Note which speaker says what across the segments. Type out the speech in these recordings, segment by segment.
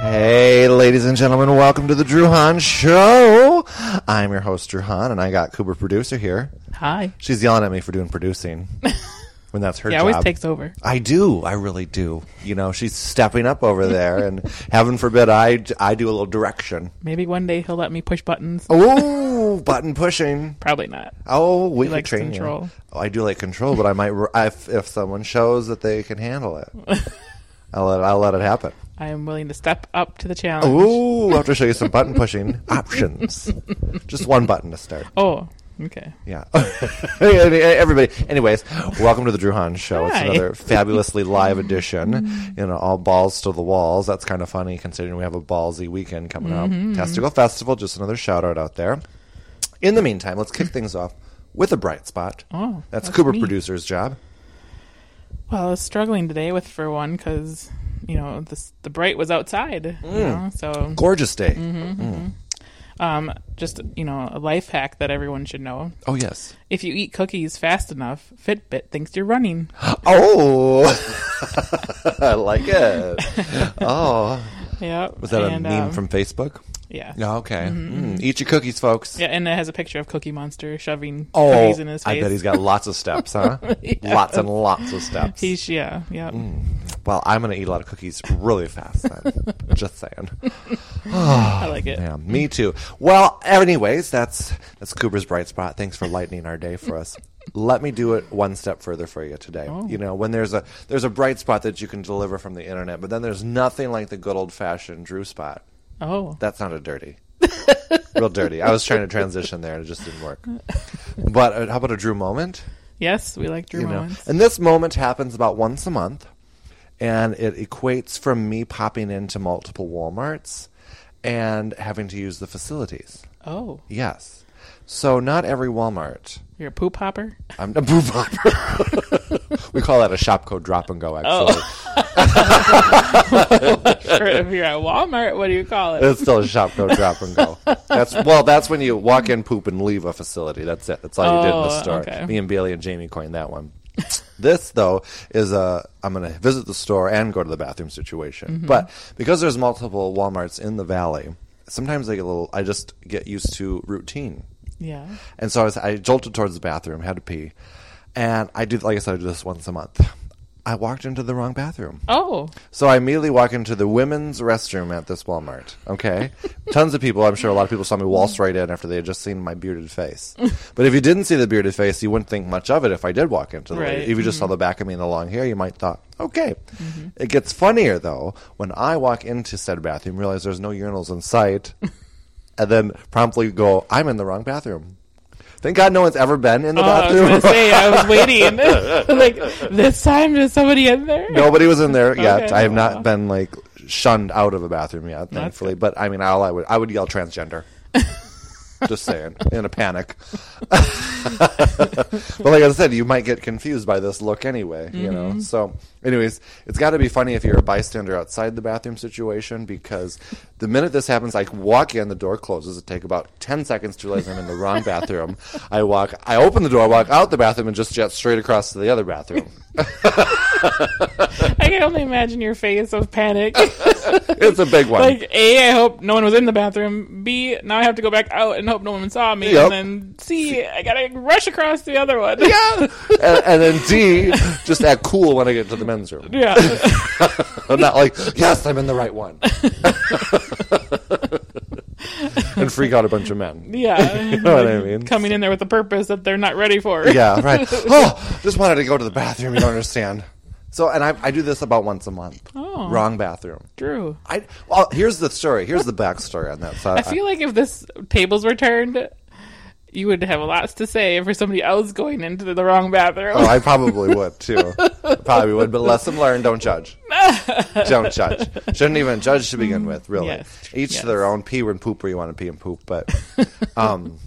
Speaker 1: Hey, ladies and gentlemen, welcome to the Drew Hahn Show. I'm your host, Drew Hahn, and I got Cooper Producer here.
Speaker 2: Hi.
Speaker 1: She's yelling at me for doing producing when that's her
Speaker 2: He
Speaker 1: job.
Speaker 2: always takes over.
Speaker 1: I do. I really do. You know, she's stepping up over there, and heaven forbid I, I do a little direction.
Speaker 2: Maybe one day he'll let me push buttons.
Speaker 1: Oh. Ooh, button pushing.
Speaker 2: Probably not.
Speaker 1: Oh, we
Speaker 2: He
Speaker 1: could
Speaker 2: likes
Speaker 1: train you.
Speaker 2: control.
Speaker 1: Oh, I do like control, but I might r- if, if someone shows that they can handle it. I'll let I'll let it happen.
Speaker 2: I am willing to step up to the challenge.
Speaker 1: Ooh, I'll have to show you some button pushing options. Just one button to start.
Speaker 2: Oh, okay.
Speaker 1: Yeah. Everybody. Anyways, welcome to the Drew Hahn Show. It's
Speaker 2: Hi.
Speaker 1: another fabulously live edition. You know, all balls to the walls. That's kind of funny considering we have a ballsy weekend coming
Speaker 2: Mm-hmm.
Speaker 1: up. Testicle Festival, just another shout out out there. In the meantime, let's kick things off with a bright spot.
Speaker 2: Oh,
Speaker 1: that's,
Speaker 2: that's
Speaker 1: Cooper
Speaker 2: me.
Speaker 1: Producer's job.
Speaker 2: Well, I was struggling today with for one because you know the the bright was outside.
Speaker 1: Hmm.
Speaker 2: You know, so
Speaker 1: Gorgeous day.
Speaker 2: Mm-hmm. um, just you know a life hack that everyone should know:
Speaker 1: Oh, yes.
Speaker 2: if you eat cookies fast enough, Fitbit thinks you're running.
Speaker 1: Oh, I like it. Oh,
Speaker 2: yeah.
Speaker 1: was that
Speaker 2: and,
Speaker 1: a meme
Speaker 2: um,
Speaker 1: from Facebook?
Speaker 2: Yeah.
Speaker 1: Yeah, okay. Mm, eat your cookies, folks.
Speaker 2: Yeah, and it has a picture of Cookie Monster shoving
Speaker 1: Oh,
Speaker 2: cookies in his face.
Speaker 1: I bet he's got lots of steps, huh? Lots and lots of steps.
Speaker 2: He's- yeah, yeah.
Speaker 1: Mm. well, I'm going to eat a lot of cookies really fast then. Just saying.
Speaker 2: I like it.
Speaker 1: Yeah, me too. Well, anyways, that's that's Cooper's bright spot. Thanks for lightening our day for us. Let me do it one step further for you today.
Speaker 2: Oh.
Speaker 1: You know, when there's a there's a bright spot that you can deliver from the internet, but then there's nothing like the good old fashioned Drew spot.
Speaker 2: Oh,
Speaker 1: That sounded dirty. Real dirty. I was trying to transition there and it just didn't work. But uh, how about a Drew moment?
Speaker 2: yes, we like Drew
Speaker 1: you know.
Speaker 2: Moments.
Speaker 1: And this moment happens about once a month, and it equates from me popping into multiple WalMarts and having to use the facilities.
Speaker 2: Oh,
Speaker 1: Yes. So not every Walmart.
Speaker 2: you're a poop hopper.
Speaker 1: I'm a boo popper. we call that a shop code drop and go. Actually,
Speaker 2: or if you're at Walmart, what do you call it?
Speaker 1: it's still a shop code drop and go. That's well. That's when you walk in, poop, and leave a facility. That's it. That's all you did in
Speaker 2: Oh,
Speaker 1: the store.
Speaker 2: okay.
Speaker 1: Me and Bailey and Jamie coined that one. this though is a I'm going to visit the store and go to the bathroom situation.
Speaker 2: Mm-hmm.
Speaker 1: But because there's multiple WalMarts in the valley, sometimes I get a little. I just get used to routine.
Speaker 2: Yeah.
Speaker 1: And so I, was, I jolted towards the bathroom, had to pee, and I do like I said, I do this once a month. I walked into the wrong bathroom,
Speaker 2: Oh,
Speaker 1: so I immediately walk into the women's restroom at this Walmart. Okay, tons of people. I'm sure a lot of people saw me waltz right in after they had just seen my bearded face. But if you didn't see the bearded face, you wouldn't think much of it. If I did walk into the,
Speaker 2: Right. Mm-hmm.
Speaker 1: lady. if you just saw the back of me and the long hair, you might thought, okay. It gets funnier though when I walk into said bathroom, realize there's no urinals in sight, and then promptly go, I'm in the wrong bathroom. Thank God no one's ever been in the
Speaker 2: oh I was
Speaker 1: bathroom.
Speaker 2: gonna say I was waiting. like this time, is somebody in there?
Speaker 1: Nobody was in there yet.
Speaker 2: Okay.
Speaker 1: I have not been like shunned out of a bathroom yet, thankfully.
Speaker 2: good.
Speaker 1: But I mean, all I would I would yell transgender. Just saying, in a panic. but like I said, you might get confused by this look anyway, you
Speaker 2: Mm-hmm.
Speaker 1: know. So, anyways, it's got to be funny if you're a bystander outside the bathroom situation because the minute this happens, I walk in, the door closes. It take about ten seconds to realize I'm in the wrong bathroom. I walk, I open the door, walk out the bathroom, and just jet straight across to the other bathroom.
Speaker 2: I can only imagine your face of panic.
Speaker 1: it's a big one.
Speaker 2: like A, I hope no one was in the bathroom. B, now I have to go back out and hope no one saw me.
Speaker 1: Yep.
Speaker 2: And then C, I gotta rush across to the other one.
Speaker 1: and, and then D, just act cool when I get to the men's room.
Speaker 2: yeah.
Speaker 1: I'm not like, yes, I'm in the right one. and freak out a bunch of men.
Speaker 2: Yeah.
Speaker 1: You know what I mean?
Speaker 2: Coming in there with a purpose that they're not ready for.
Speaker 1: Yeah, right. Oh, just wanted to go to the bathroom. You don't understand. So, and I, I do this about once a month.
Speaker 2: Oh.
Speaker 1: Wrong bathroom.
Speaker 2: Drew.
Speaker 1: I well, here's the story. Here's the backstory on that. So,
Speaker 2: I feel like if this tables were turned, you would have lots to say for somebody else going into the wrong bathroom.
Speaker 1: Oh, I probably would too. Probably would, but lesson learned: don't judge. don't judge. Shouldn't even judge to begin with. Really,
Speaker 2: Yes.
Speaker 1: each
Speaker 2: Yes.
Speaker 1: to their own. Pee and poop where you want to pee and poop. But um,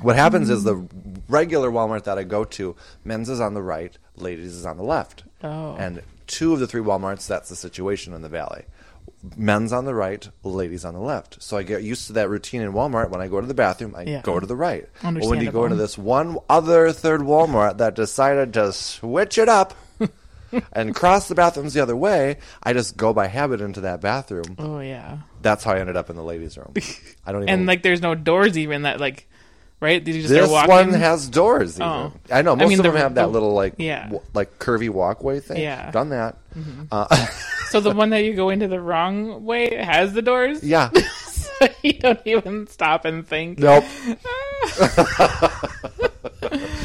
Speaker 1: what happens is the regular Walmart that I go to, men's is on the right, ladies is on the left.
Speaker 2: Oh.
Speaker 1: And two of the three WalMarts, that's the situation in the valley. Men's on the right, ladies on the left. So I get used to that routine in Walmart. When I go to the bathroom, I
Speaker 2: Yeah.
Speaker 1: go to the right. But when you
Speaker 2: Understandable.
Speaker 1: go into this one other third Walmart that decided to switch it up and cross the bathrooms the other way, I just go by habit into that bathroom.
Speaker 2: Oh yeah.
Speaker 1: That's how I ended up in the ladies' room. I don't even.
Speaker 2: And like, there's no doors even that like, right? These are just
Speaker 1: Oh. this
Speaker 2: are walking.
Speaker 1: one has doors. Even.
Speaker 2: Oh.
Speaker 1: I know
Speaker 2: I
Speaker 1: most
Speaker 2: mean,
Speaker 1: of
Speaker 2: the-
Speaker 1: them have that
Speaker 2: the-
Speaker 1: little like
Speaker 2: yeah.
Speaker 1: w- like curvy walkway thing.
Speaker 2: Yeah. Mm-hmm.
Speaker 1: done that. Uh,
Speaker 2: so the one that you go into the wrong way has the doors.
Speaker 1: yeah,
Speaker 2: so you don't even stop and think.
Speaker 1: nope.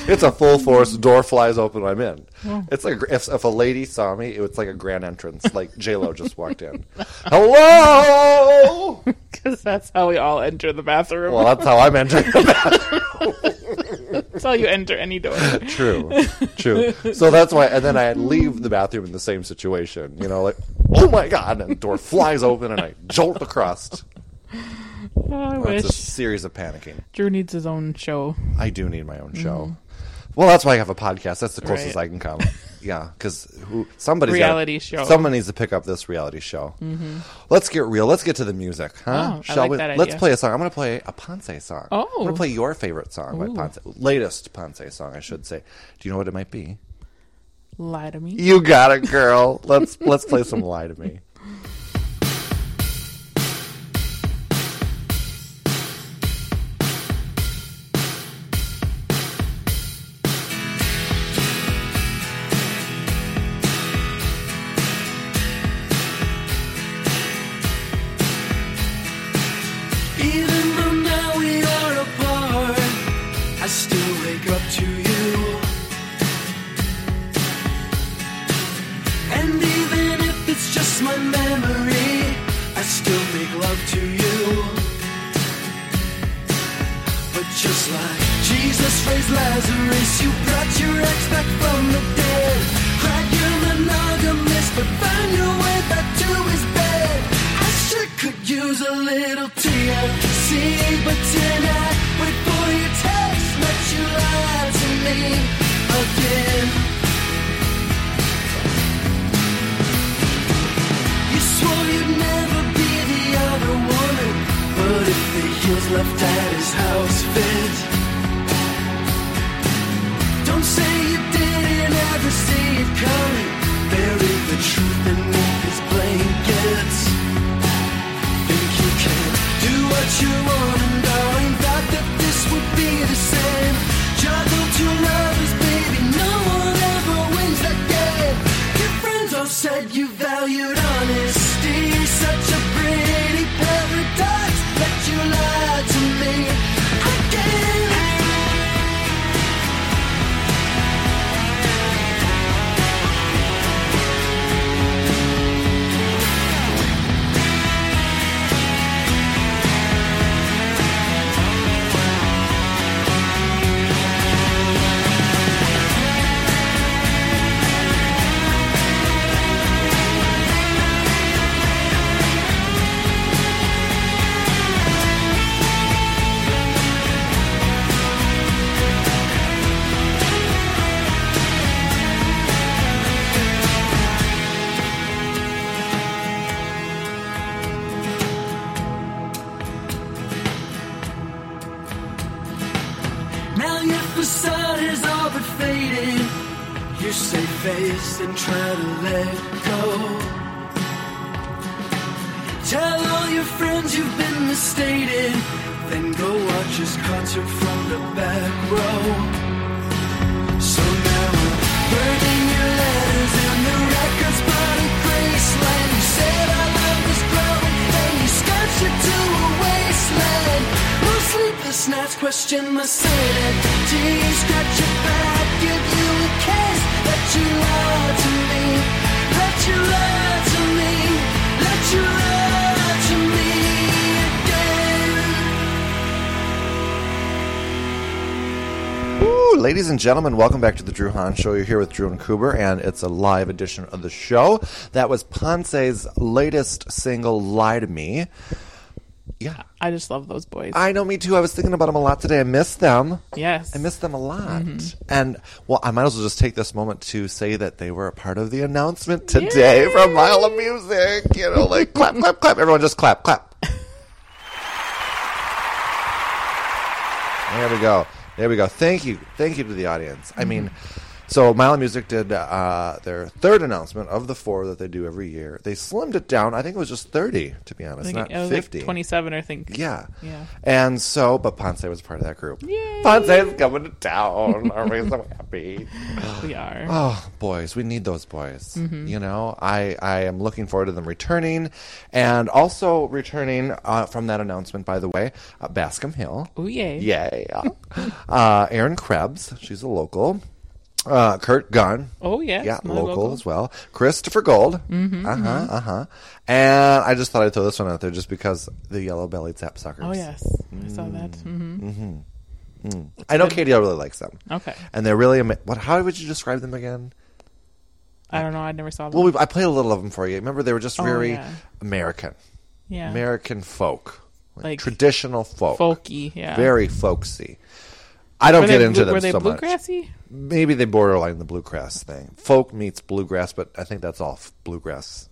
Speaker 1: it's a full force. Door flies open. I'm in. It's like if, if a lady saw me, it was like a grand entrance. Like J Lo just walked in. Hello.
Speaker 2: Because that's how we all enter the bathroom.
Speaker 1: Well, that's how I'm entering. the
Speaker 2: that's how you enter any door.
Speaker 1: True, true. So that's why, and then I leave the bathroom in the same situation. You know, like oh my god, and the door flies open, and I jolt the crust.
Speaker 2: Oh, I
Speaker 1: It's a
Speaker 2: wish
Speaker 1: series of panicking.
Speaker 2: Drew needs his own show.
Speaker 1: I do need my own show. Well, that's why I have a podcast. That's the closest
Speaker 2: Mm-hmm. Right.
Speaker 1: I can come. Yeah, because somebody's gotta-
Speaker 2: Reality show. Mm-hmm.
Speaker 1: Someone needs to pick up this reality show. Let's get real. Let's get to the music, huh?
Speaker 2: Oh, I like that idea.
Speaker 1: Let's play a song. I'm going to play a Ponce song. I'm going
Speaker 2: Oh.
Speaker 1: to play your favorite song by
Speaker 2: Ooh.
Speaker 1: Ponce, latest Ponce song, I should say. Do you know what it might be?
Speaker 2: Lie to me.
Speaker 1: You got it, girl. Let's let's play some lie to me.
Speaker 3: Even though now we are apart, I still wake up to you. And even if it's just my memory, I still make love to you. But just like Jesus raised Lazarus, you brought your ex back from the dead. Cried you're monogamous, but found your way back to his bed. I sure could use a little TLC, but tonight, wait for your text, let you lie to me again. You swore you'd never be the other woman, but if the heels left at his house fit, don't say you didn't ever see it coming. Bury the truth beneath his blankets. Think you can do what you want and darling, thought that this would be the same. Juggle two lovers, baby, no one ever wins that game. Your friends all said you valued honesty, such a pretty paradox that you lied to me again. Now your facade is all but faded. You save face and try to let go. Tell all your friends you've been misstated. Then go watch his concert from the back row. So now I'm burning your letters and the records part of Graceland. You said our love was growing and you scotched it to a wasteland. More sleepless nights question my sanity. Scratch your back, give you a kiss. Let you lie to me. Let you lie to me. Let you lie to me again.
Speaker 1: Ooh, ladies and gentlemen, welcome back to the Drew Hahn Show. You're here with Drew and Cooper, and it's a live edition of the show. That was Ponce's latest single, Lie to Me. Yeah.
Speaker 2: I just love those boys.
Speaker 1: I know, me too. I was thinking about them a lot today. I miss them.
Speaker 2: yes.
Speaker 1: I miss them a lot.
Speaker 2: Mm-hmm.
Speaker 1: And, well, I might as well just take this moment to say that they were a part of the announcement today from Mile of Music. You know, like clap, clap, clap. Everyone just clap, clap. There we go. There we go. Thank you. Thank you to the audience. I mean,
Speaker 2: Mm-hmm.
Speaker 1: So Milan Music did uh, their third announcement of the four that they do every year. They slimmed it down. I think it was just thirty, to be honest,
Speaker 2: I think
Speaker 1: not
Speaker 2: it was
Speaker 1: fifty.
Speaker 2: like 27, I think.
Speaker 1: Yeah.
Speaker 2: Yeah.
Speaker 1: And so, but Ponce was part of that group.
Speaker 2: Yay.
Speaker 1: Ponce is coming to town. Are we so happy?
Speaker 2: We are.
Speaker 1: Oh, boys, we need those boys. You know, I, I am looking forward to them returning. And also returning uh, from that announcement, by the way, uh, Bascom Hill.
Speaker 2: Oh, yay.
Speaker 1: Yay. uh, Aaron Krebs. She's a local. Uh, Kurt Gunn.
Speaker 2: Oh, yes.
Speaker 1: Yeah,
Speaker 2: my
Speaker 1: local, as well. Christopher Gold. Mm-hmm, uh huh. Uh huh. And I just thought I'd throw this one out there just because the yellow bellied sapsuckers.
Speaker 2: Oh, yes. I saw that.
Speaker 1: Mm.
Speaker 2: hmm
Speaker 1: I know Katie really likes them.
Speaker 2: Okay.
Speaker 1: And they're really ama- what? How would you describe them again?
Speaker 2: I don't know. I never saw that.
Speaker 1: Well, we, I played a little of them for you. Remember, they were just
Speaker 2: Oh,
Speaker 1: very
Speaker 2: yeah.
Speaker 1: American,
Speaker 2: yeah.
Speaker 1: American folk, like,
Speaker 2: Like
Speaker 1: traditional folk,
Speaker 2: Folky. Yeah.
Speaker 1: very folksy. I don't
Speaker 2: Were
Speaker 1: get
Speaker 2: they
Speaker 1: into
Speaker 2: blue-
Speaker 1: them
Speaker 2: Were they
Speaker 1: so much.
Speaker 2: bluegrassy?
Speaker 1: Maybe they borderline the bluegrass thing. Folk meets bluegrass, but I think that's all f- bluegrass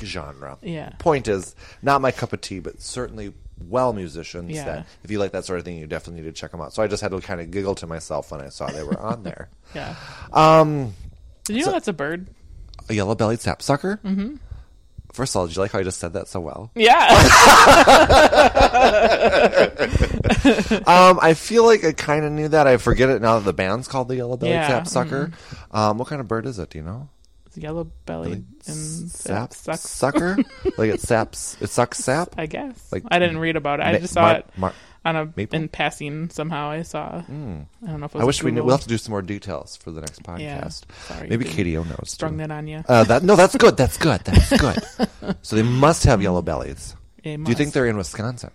Speaker 1: genre.
Speaker 2: Yeah.
Speaker 1: Point is, not my cup of tea, but certainly well musicians
Speaker 2: Yeah.
Speaker 1: that if you like that sort of thing, you definitely need to check them out. So I just had to kind of giggle to myself when I saw they were on there.
Speaker 2: Yeah.
Speaker 1: Um,
Speaker 2: Did you know that's a bird?
Speaker 1: a yellow bellied sapsucker? Mm-hmm. First of all, did you like how I just said that so well?
Speaker 2: Yeah.
Speaker 1: um, I feel like I kind of knew that. I forget it now that the band's called the yellow bellied
Speaker 2: Yeah, mm-hmm.
Speaker 1: sapsucker. Um, what kind of bird is it? Do you know?
Speaker 2: it's yellow bellied and
Speaker 1: Sap
Speaker 2: sap sucks.
Speaker 1: sucker? like it saps? It sucks sap?
Speaker 2: I guess.
Speaker 1: Like-
Speaker 2: I didn't read about it. I
Speaker 1: Ma-
Speaker 2: just saw
Speaker 1: mar-
Speaker 2: it
Speaker 1: mar-
Speaker 2: on a
Speaker 1: maple? Hmm.
Speaker 2: in passing somehow. I saw. I don't know if it was
Speaker 1: I wish we knew.
Speaker 2: Google.
Speaker 1: We'll have to do some more details for the next podcast.
Speaker 2: Sorry,
Speaker 1: Maybe
Speaker 2: didn't-
Speaker 1: Katie O knows.
Speaker 2: Sprung
Speaker 1: too.
Speaker 2: that on you.
Speaker 1: Uh, that no, that's good. That's good. That's good. so they must have yellow bellies.
Speaker 2: They
Speaker 1: Do you think
Speaker 2: must.
Speaker 1: they're in Wisconsin?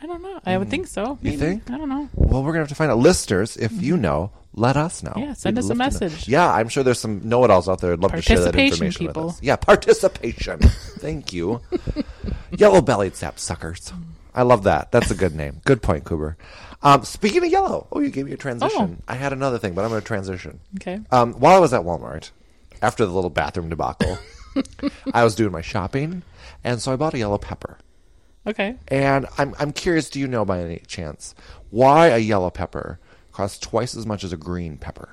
Speaker 2: I don't know. I would think so.
Speaker 1: You
Speaker 2: maybe.
Speaker 1: think?
Speaker 2: I don't know.
Speaker 1: Well, we're gonna have to find out. Listeners, if you know, let us know.
Speaker 2: Mm-hmm. Yeah, send
Speaker 1: We'd
Speaker 2: us a
Speaker 1: love to know.
Speaker 2: message.
Speaker 1: Yeah, I'm sure there's some know-it-alls out there. I'd love to share that
Speaker 2: Participation,
Speaker 1: information
Speaker 2: people.
Speaker 1: with us. Yeah, participation. Thank you. Yellow-bellied sapsuckers. I love that. That's a good name. Good point, Cooper. Um, speaking of yellow, oh, you gave me a transition. I had another thing, but I'm going to transition.
Speaker 2: Okay.
Speaker 1: Um, while I was at Walmart, after the little bathroom debacle, I was doing my shopping, and so I bought a yellow pepper.
Speaker 2: Okay.
Speaker 1: And I'm I'm curious, do you know by any chance why a yellow pepper costs twice as much as a green pepper?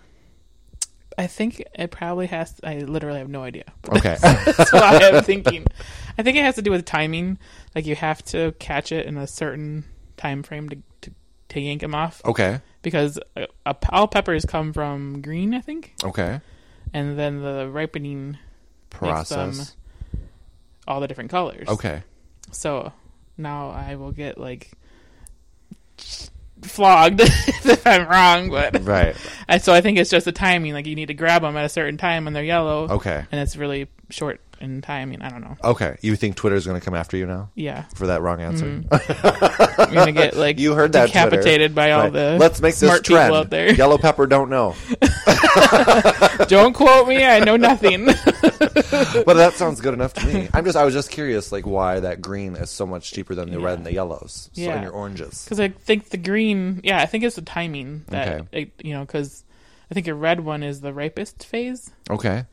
Speaker 2: I think it probably has. I literally have no idea.
Speaker 1: Okay.
Speaker 2: That's what I'm thinking. I think it has to do with timing. Like you have to catch it in a certain time frame to to, to yank them off.
Speaker 1: okay.
Speaker 2: Because uh, uh, all peppers come from green, I think,
Speaker 1: Okay.
Speaker 2: and then the ripening
Speaker 1: Process.
Speaker 2: all the different colors.
Speaker 1: Okay.
Speaker 2: So now I will get like flogged if I'm wrong, but
Speaker 1: Right.
Speaker 2: I, so I think it's just the timing. Like you need to grab them at a certain time when they're yellow.
Speaker 1: Okay.
Speaker 2: and it's really short in timing. I don't know.
Speaker 1: Okay. You think Twitter's going to come after you now
Speaker 2: Yeah,
Speaker 1: for that wrong answer?
Speaker 2: I'm gonna get Mm-hmm. like
Speaker 1: You heard that Twitter.
Speaker 2: decapitated by all
Speaker 1: Right.
Speaker 2: the
Speaker 1: Let's make
Speaker 2: smart
Speaker 1: this trend.
Speaker 2: people out there.
Speaker 1: Yellow pepper don't know.
Speaker 2: Don't quote me. I know nothing.
Speaker 1: But that sounds good enough to me. I'm just I was just curious like why that green is so much cheaper than the
Speaker 2: Yeah.
Speaker 1: red and the yellows so,
Speaker 2: Yeah.
Speaker 1: and your oranges.
Speaker 2: Because I think the green, yeah, I think it's the timing that
Speaker 1: Okay.
Speaker 2: it, you know. Because I think your red one is the ripest phase,
Speaker 1: Okay.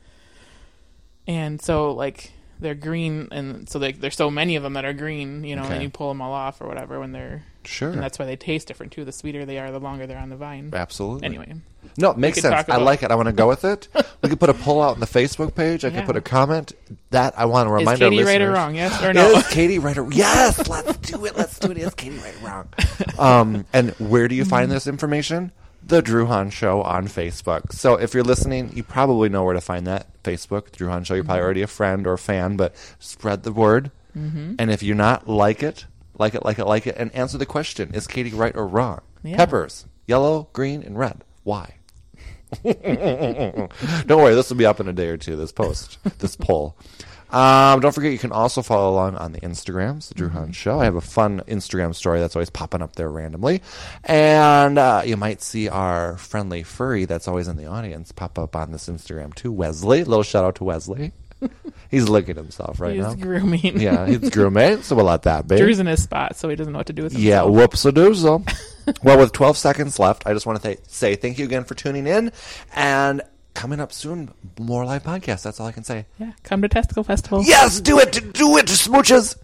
Speaker 2: and so like they're green, and so like there's so many of them that are green, you know,
Speaker 1: Okay.
Speaker 2: and you pull them all off or whatever when they're,
Speaker 1: Sure.
Speaker 2: and that's why they taste different too. The sweeter they are, the longer they're on the vine.
Speaker 1: Absolutely.
Speaker 2: Anyway,
Speaker 1: No, it makes
Speaker 2: could
Speaker 1: sense.
Speaker 2: talk
Speaker 1: I
Speaker 2: about-
Speaker 1: like it. I want to go with it. we could put a poll out on the Facebook page. I could
Speaker 2: Yeah.
Speaker 1: put a comment. That I want to
Speaker 2: is
Speaker 1: remind our
Speaker 2: Katie
Speaker 1: listeners.
Speaker 2: right or wrong? Yes or no?
Speaker 1: Is Katie right or yes? Let's do it. Let's do it. Is Katie right or wrong? Um, and where do you
Speaker 2: Mm-hmm.
Speaker 1: find this information? The Drew Hahn Show on Facebook. So if you're listening, you probably know where to find that Facebook, The Drew Hahn Show. You're
Speaker 2: Mm-hmm.
Speaker 1: probably already a friend or a fan, but spread the word.
Speaker 2: Mm-hmm.
Speaker 1: And if you're not, like it, like it, like it, like it, and answer the question: Is Katie right or wrong?
Speaker 2: Yeah.
Speaker 1: Peppers, yellow, green, and red. Why? Don't worry, this will be up in a day or two. This post, this poll. Um, don't forget, you can also follow along on the Instagrams, the Drew Hunt Show. I have a fun Instagram story that's always popping up there randomly, and uh, you might see our friendly furry that's always in the audience pop up on this Instagram too. Wesley, little shout out to Wesley. He's licking himself right
Speaker 2: He's
Speaker 1: now.
Speaker 2: grooming.
Speaker 1: yeah, he's grooming, so we'll let that be.
Speaker 2: Drew's in his spot, so he doesn't know what to do with
Speaker 1: Yeah,
Speaker 2: himself.
Speaker 1: whoops a doozle. well, with 12 seconds left, I just want to th- say thank you again for tuning in. And coming up soon, more live podcasts. That's all I can say.
Speaker 2: Yeah, come to Testicle Festival.
Speaker 1: Yes, do it, do it, smooches.